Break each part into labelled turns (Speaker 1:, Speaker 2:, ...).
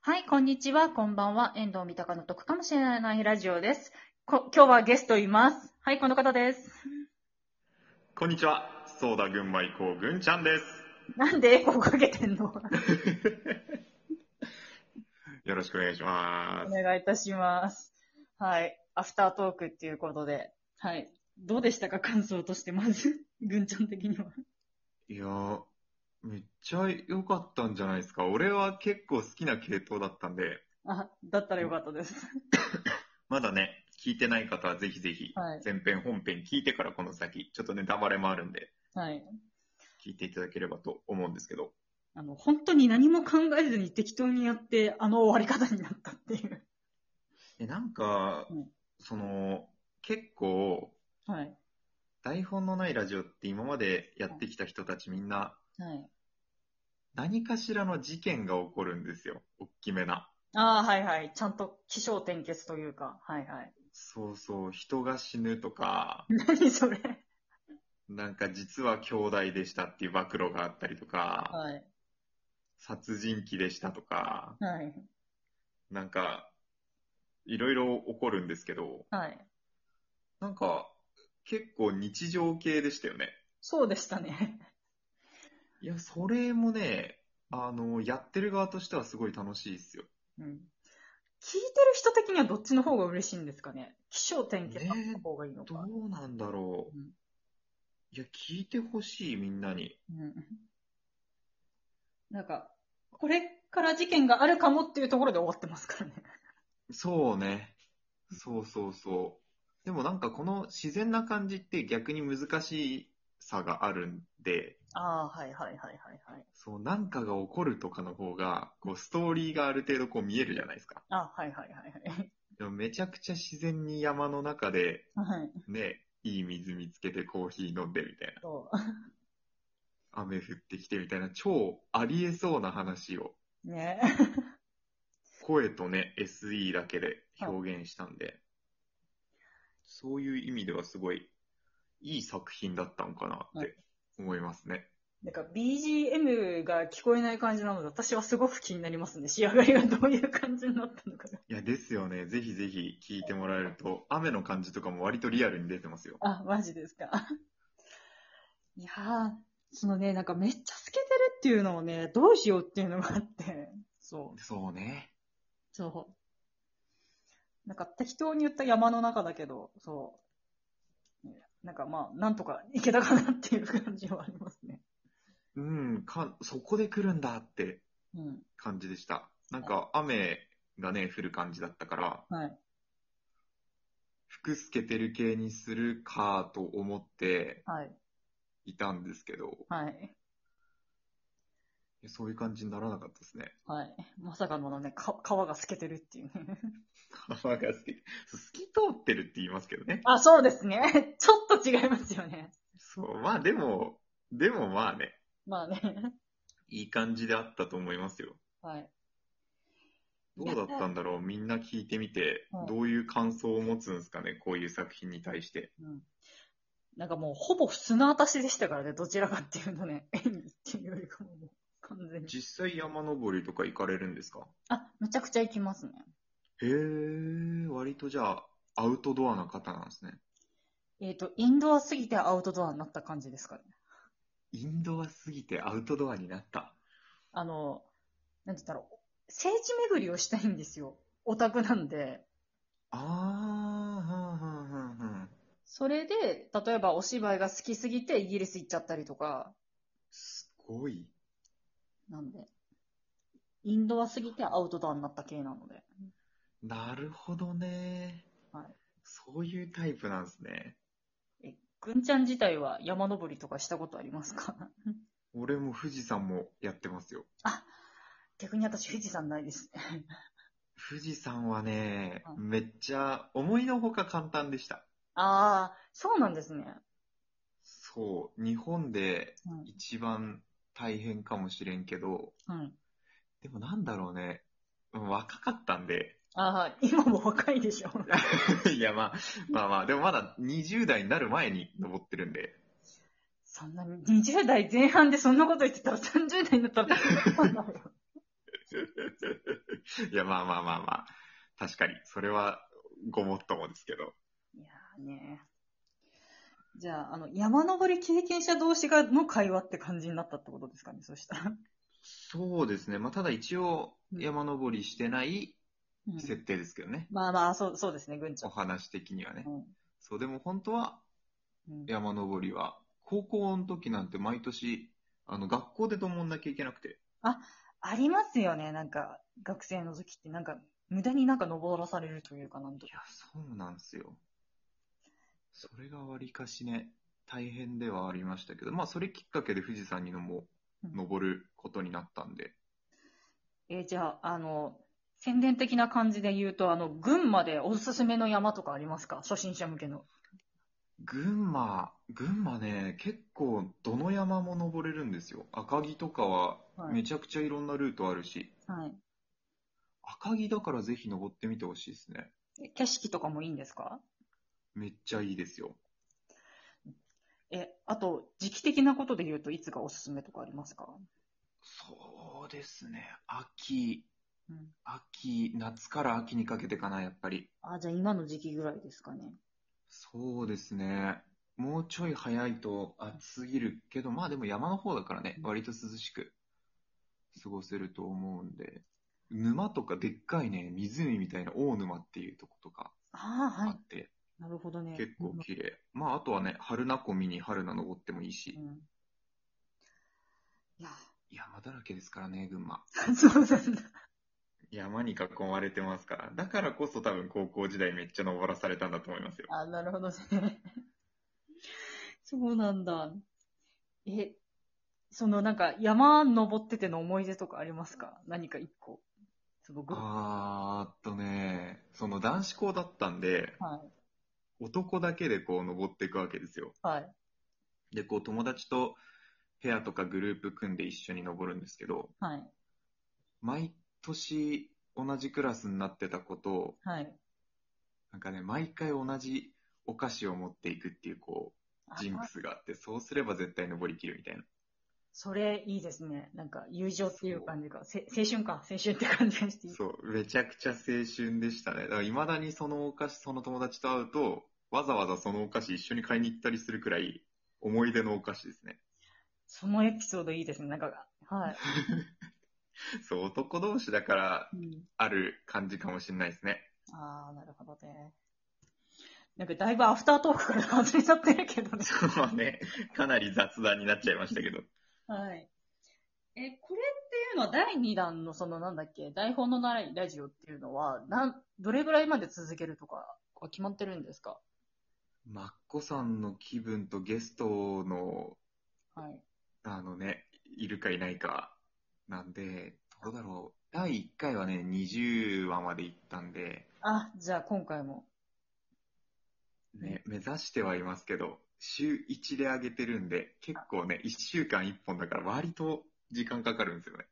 Speaker 1: はい、こんにちは、こんばんは。遠藤三鷹の得かもしれないラジオです。こ今日はゲストいます。はい、この方です。
Speaker 2: こんにちは。ソーダ群馬以降、ぐんちゃんです。
Speaker 1: なんでエコーかけてんの
Speaker 2: よろしくお願いしま
Speaker 1: お
Speaker 2: す。
Speaker 1: 願いいたします。はい、アフタートークっていうことで。はい。どうでしたか感想として、まず。 ぐんちゃん的には。
Speaker 2: いやー、めっちゃ良かったんじゃないですか。俺は結構好きな系統だったんで、
Speaker 1: あ、だったらよかったです。
Speaker 2: まだね、聞いてない方はぜひぜひ、
Speaker 1: はい。
Speaker 2: 前編本編聞いてからこの先、ちょっとね、黙れもあるんで、
Speaker 1: はい。
Speaker 2: 聞いていただければと思うんですけど。
Speaker 1: あの、本当に何も考えずに適当にやって、あの終わり方になったっていう。
Speaker 2: えなんか
Speaker 1: うん、
Speaker 2: その、結構、
Speaker 1: はい。
Speaker 2: 台本のないラジオって今までやってきた人たちみんな、
Speaker 1: はい。
Speaker 2: 何かしらの事件が起こるんですよ。おっきめな。
Speaker 1: ああ、はいはい。ちゃんと起承転結というか。はいはい。
Speaker 2: そうそう、人が死ぬとか、
Speaker 1: 何それ。
Speaker 2: なんか実は兄弟でしたっていう暴露があったりとか、
Speaker 1: はい。
Speaker 2: 殺人鬼でしたとか、
Speaker 1: はい。
Speaker 2: なんか、いろいろ起こるんですけど、
Speaker 1: はい。
Speaker 2: なんか、結構日常系でしたよね。
Speaker 1: そうでしたね。
Speaker 2: いや、それもね、あの、やってる側としてはすごい楽しいですよ。
Speaker 1: うん。聞いてる人的にはどっちの方が嬉しいんですかね起承転結の方がいいのか。
Speaker 2: どうなんだろう
Speaker 1: うん。
Speaker 2: いや、聞いてほしい、みんなに。
Speaker 1: うん。なんか、これから事件があるかもっていうところで終わってますからね。
Speaker 2: そうね。そうそうそう。でもなんかこの自然な感じって逆に難しさがあるんで、
Speaker 1: ああ、はいはいはいはいはい。
Speaker 2: そう、なんかが起こるとかの方が、こう、ストーリーがある程度こう見えるじゃないですか。
Speaker 1: あはいはいはいはい。
Speaker 2: でもめちゃくちゃ自然に山の中で、
Speaker 1: はい。
Speaker 2: ね、いい水見つけてコーヒー飲んでみたいな。
Speaker 1: そ
Speaker 2: 雨降ってきてみたいな、超ありえそうな話を、
Speaker 1: う。ね
Speaker 2: 声とね、SE だけで表現したんで、そういう意味ではすごい、いい作品だったのかなって思いますね。
Speaker 1: なんか BGM が聞こえない感じなので、私はすごく気になりますね。仕上がりがどういう感じになったのかな。
Speaker 2: いや、ですよね。ぜひぜひ聞いてもらえると、雨の感じとかも割とリアルに出てますよ。
Speaker 1: あ、マジですか。いやー、そのね、なんかめっちゃ透けてるっていうのをね、どうしようっていうのがあって、そう、
Speaker 2: そうね。
Speaker 1: そう。なんか適当に言った山の中だけど、そう。なんかまあ、なんとかいけたかなっていう感じはありますね。
Speaker 2: うん、か、そこで来るんだって
Speaker 1: うん。
Speaker 2: 感じでした。なんか、雨がね、降る感じだったから、
Speaker 1: はい。
Speaker 2: 服透けてる系にするかと思って
Speaker 1: はい。
Speaker 2: いたんですけど、
Speaker 1: はい。
Speaker 2: そういう感じにならなかったですね。
Speaker 1: はい。まさかのね、か皮が透けてるっていうね。
Speaker 2: 泡が透けて、そう透き通ってるって言いますけどね。
Speaker 1: あ、そうですね。 ちょっと違いますよね。
Speaker 2: そう、まあでも、でもまあね、
Speaker 1: まあね。
Speaker 2: いい感じであったと思いますよ。
Speaker 1: はい。
Speaker 2: どうだったんだろうみんな聞いてみて
Speaker 1: はい、
Speaker 2: どういう感想を持つんですかねこういう作品に対して。
Speaker 1: うん。なんかもう、ほぼ砂渡しでしたからね、どちらかっていうとね、 演技っていうよりかももう、完全に。
Speaker 2: 実際山登りとか行かれるんですか
Speaker 1: あ、めちゃくちゃ行きますね。
Speaker 2: へえ、割とじゃあ、アウトドアな方なんですね。
Speaker 1: えっ、と、インドアすぎてアウトドアになった感じですかね。
Speaker 2: インドアすぎてアウトドアになった。
Speaker 1: あの、なんて言ったろう、聖地巡りをしたいんですよ。オタクなんで。
Speaker 2: あー、はんはんはんはん。
Speaker 1: それで、例えばお芝居が好きすぎてイギリス行っちゃったりとか、
Speaker 2: すごい。
Speaker 1: なんで、インドアすぎてアウトドアになった系なので。
Speaker 2: なるほどね。
Speaker 1: はい
Speaker 2: そういうタイプなんですね。
Speaker 1: え、ぐんちゃん自体は山登りとかしたことありますか
Speaker 2: 俺も富士山もやってますよ。
Speaker 1: 逆に私富士山ないですね。
Speaker 2: 富士山はね
Speaker 1: は、い
Speaker 2: めっちゃ思いのほか簡単でした。
Speaker 1: ああ、そうなんですね。
Speaker 2: そう、日本で
Speaker 1: うん
Speaker 2: 一番大変かもしれんけど、
Speaker 1: うん。
Speaker 2: でもなんだろうね、うん若かったんで、
Speaker 1: ああ、今も若いで しょ。
Speaker 2: いやまあ、まあまあ、でもまだ20代になる前に登ってるんで、
Speaker 1: そんなに、20代前半でそんなこと言ってたら30代になったら、そうなのよ
Speaker 2: いや、まあまあまあまあ。確かに、それはごもっともですけど。
Speaker 1: いやーね。じゃあ、あの、山登り経験者同士がの会話って感じになったってことですかね、そしたら。
Speaker 2: そうですね。まあ、ただ一応、
Speaker 1: うん
Speaker 2: 山登りしてない
Speaker 1: うん
Speaker 2: 設定ですけどね。
Speaker 1: まあまあ、そう、そうですね、ぐんちゃ
Speaker 2: お
Speaker 1: ん。
Speaker 2: 話的にはね
Speaker 1: う。ん
Speaker 2: そう、でも本当は
Speaker 1: うん
Speaker 2: 山登りは、高校の時なんて毎年、あの、学校でどもんなきゃいけなくて。
Speaker 1: ありますよね、なんか、学生の時って、なんか、無駄になんか登らされるというかなんと
Speaker 2: いや、そうなんですよ。それがわりかしね、大変ではありましたけど、まあ、それきっかけで富士山にのも
Speaker 1: うん
Speaker 2: 登ることになったんで、
Speaker 1: えーじゃあ、あの、宣伝的な感じで言うと、あの、群馬でおすすめの山とかありますか初心者向けの。
Speaker 2: 群馬、群馬ね、結構どの山も登れるんですよ。赤城とかは
Speaker 1: はい
Speaker 2: めちゃくちゃいろんなルートあるし、
Speaker 1: はい。
Speaker 2: 赤城だからぜひ登ってみてほしいですね。
Speaker 1: え景色とかもいいんですか
Speaker 2: めっちゃいいですよ。
Speaker 1: え、あと、時期的なことで言うといつがおすすめとかありますか
Speaker 2: そうですね。秋、
Speaker 1: うん。
Speaker 2: 秋、夏から秋にかけてかな、やっぱり。
Speaker 1: あ、じゃあ今の時期ぐらいですかね。
Speaker 2: そうですね。もうちょい早いと暑すぎるけど、まあでも山の方だからね
Speaker 1: う、ん
Speaker 2: 割と涼しく過ごせると思うんで、沼とかでっかいね、湖みたいな大沼っていうとことか
Speaker 1: ああ、
Speaker 2: あ
Speaker 1: はい
Speaker 2: っ。て、
Speaker 1: なるほどね。
Speaker 2: 結構綺麗。まああとはね、春名湖見に春名登ってもいいし
Speaker 1: う、ん。いや、
Speaker 2: 山だらけですからね、群馬。
Speaker 1: そうなんだ。
Speaker 2: 山に囲まれてますから。だからこそ多分高校時代めっちゃ登らされたんだと思いますよ。
Speaker 1: あ、なるほどね。 そうなんだ。え、そのなんか山登ってての思い出とかありますか何か一個。そのぐは
Speaker 2: あーっとね、その男子校だったんで、
Speaker 1: い。
Speaker 2: 男だけでこう登っていくわけですよ。
Speaker 1: はい。
Speaker 2: で、こう友達とペアとかグループ組んで一緒に登るんですけど、
Speaker 1: はい。
Speaker 2: 毎年同じクラスになってたことを、
Speaker 1: はい。
Speaker 2: なんかね、毎回同じお菓子を持っていくっていうこう、ジンク
Speaker 1: あ
Speaker 2: スがあって、そうすれば絶対登りきるみたいな。
Speaker 1: それいいですね。なんか友情っていう感じが、せ青春か、青春って感じがしていい。
Speaker 2: そう、めちゃくちゃ青春でしたね。だから未だにそのお菓子、その友達と会うと、わざわざそのお菓子一緒に買いに行ったりするくらい、思い出のお菓子ですね。
Speaker 1: そのエピソードいいですね。なんか、 はい。
Speaker 2: そう、男同士だから
Speaker 1: うん、
Speaker 2: ある感じかもしれないですね。
Speaker 1: ああ、なるほどね。なんかだいぶアフタートークから外れちゃってるけどね。
Speaker 2: そうね、かなり雑談になっちゃいましたけど。
Speaker 1: はい。え、これっていうのは第2弾のそのなんだっけ、台本のないラジオっていうのは、なん、どれぐらいまで続けるとかは決まってるんですか
Speaker 2: マッコさんの気分とゲストの、
Speaker 1: はい。
Speaker 2: あのね、いるかいないか、なんで、どうだろう。第1回はね、20話まで行ったんで、
Speaker 1: あ、じゃあ今回も。
Speaker 2: ね、目指してはいますけど、週1で上げてるんで、結構ね、1週間1本だから割と時間かかるんですよね。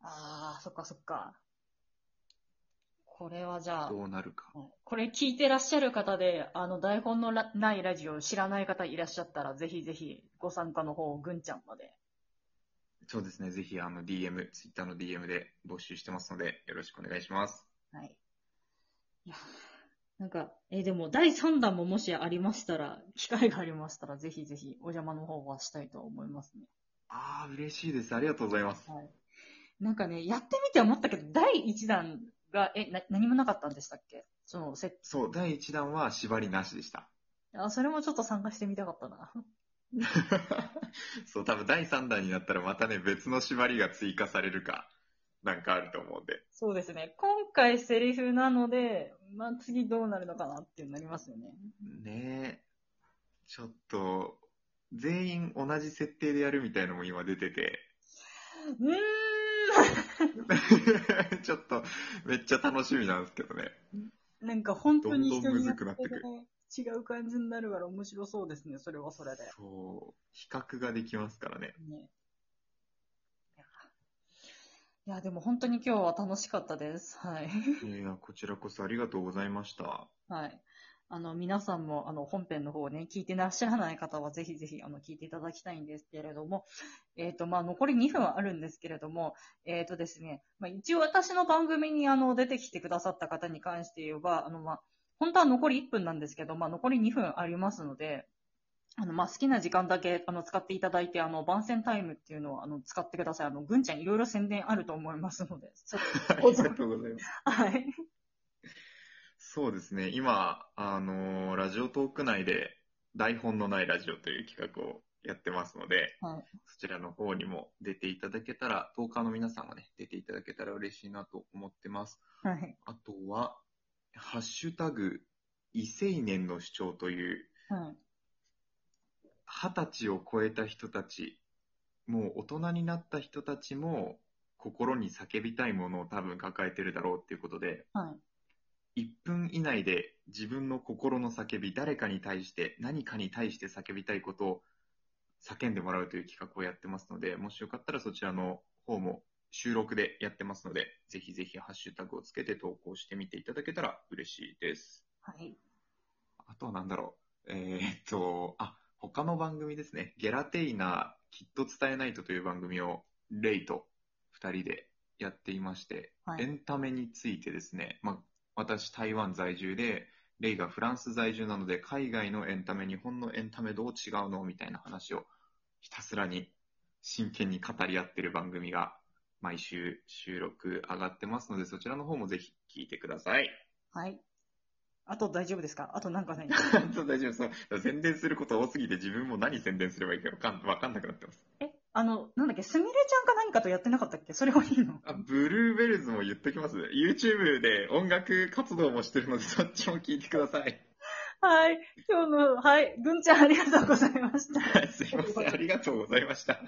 Speaker 1: ああ、そっかそっか。これはじゃあ、
Speaker 2: どうなるか。
Speaker 1: これ聞いてらっしゃる方で、あの、台本のらないラジオを知らない方いらっしゃったら、ぜひぜひご参加の方をぐんちゃんまで。
Speaker 2: そうですね、ぜひあの DM、Twitter の DM で募集してますので、よろしくお願いします。
Speaker 1: はい。いや、なんか、えでも第3弾ももしありましたら、機会がありましたら、ぜひぜひお邪魔の方はしたいと思いますね。
Speaker 2: あー、嬉しいです。ありがとうございます。
Speaker 1: はい。なんかね、やってみて思ったけど、第1弾が、え、な、何もなかったんでしたっけその、せ、
Speaker 2: そう、第1弾は縛りなしでした。
Speaker 1: あ、それもちょっと参加してみたかったな。
Speaker 2: そう、多分第3弾になったらまたね、別の縛りが追加されるか、なんかあると思うんで。
Speaker 1: そうですね。今回セリフなので、まあ次どうなるのかなっていうのになりますよね。
Speaker 2: ねえ、ちょっと、全員同じ設定でやるみたいのも今出てて、
Speaker 1: うーん。
Speaker 2: ちょっと、めっちゃ楽しみなんですけどね。
Speaker 1: なんか本当に
Speaker 2: ど
Speaker 1: 一
Speaker 2: んど
Speaker 1: 人
Speaker 2: んむ
Speaker 1: によっ
Speaker 2: ずくなっててくる
Speaker 1: ね違う感じになるから面白そうですね。それはそれで。
Speaker 2: そう、比較ができますからね。
Speaker 1: ね。いや、でも本当に今日は楽しかったです。はい。
Speaker 2: いや、こちらこそありがとうございました。
Speaker 1: はい。あの、皆さんも、あの、本編の方をね、聞いてらっしゃらない方は、ぜひぜひ、あの、聞いていただきたいんですけれども、えっ、と、まあ、残り2分はあるんですけれども、えっ、とですね、まあ、一応私の番組に、あの、出てきてくださった方に関して言えば、あの、まあ、本当は残り1分なんですけど、まあ、残り2分ありますので、あの、まあ、好きな時間だけ、あの、使っていただいて、あの、番宣タイムっていうのを、あの、使ってください。あの、ぐんちゃんいろいろ宣伝あると思いますので、ちょ
Speaker 2: あ
Speaker 1: っと、
Speaker 2: りがとうございます。
Speaker 1: はい。
Speaker 2: そうですね、今、あのーラジオトーク内で、台本のないラジオという企画をやってますので、
Speaker 1: はい
Speaker 2: そちらの方にも出ていただけたら、トーカーの皆さんがね、出ていただけたら嬉しいなと思ってます。
Speaker 1: はい。
Speaker 2: あとは、ハッシュタグ、異性年の主張という、
Speaker 1: はい。
Speaker 2: 二十歳を超えた人たち、もう大人になった人たちも、心に叫びたいものを多分抱えてるだろうっていうことで、
Speaker 1: はい。
Speaker 2: 1分以内で自分の心の叫び、誰かに対して、何かに対して叫びたいことを叫んでもらうという企画をやってますので、もしよかったらそちらの方も収録でやってますので、ぜひぜひハッシュタグをつけて投稿してみていただけたら嬉しいです。
Speaker 1: はい。
Speaker 2: あとはなんだろう。えーっと、あ、他の番組ですね。ゲラテイナー、きっと伝えないとという番組を、レイと二人でやっていまして、
Speaker 1: はい
Speaker 2: エンタメについてですね、まあ、私台湾在住で、レイがフランス在住なので、海外のエンタメ、日本のエンタメどう違うのみたいな話をひたすらに真剣に語り合ってる番組が毎週収録上がってますので、そちらの方もぜひ聞いてください。
Speaker 1: はい。あと大丈夫ですかあとなんかない
Speaker 2: そう、大丈夫そう。宣伝すること多すぎて自分も何宣伝すればいいかわかんわかんなくなってます。
Speaker 1: え、あの、なんだっけ、すみれちゃんか何かとやってなかったっけそれはいいの
Speaker 2: あ、ブルーベルズも言っときます。YouTube で音楽活動もしてるので、そっちも聞いてください。
Speaker 1: はい。今日の、はい。ぐんちゃんありがとうございました。
Speaker 2: はいすいません。ありがとうございました。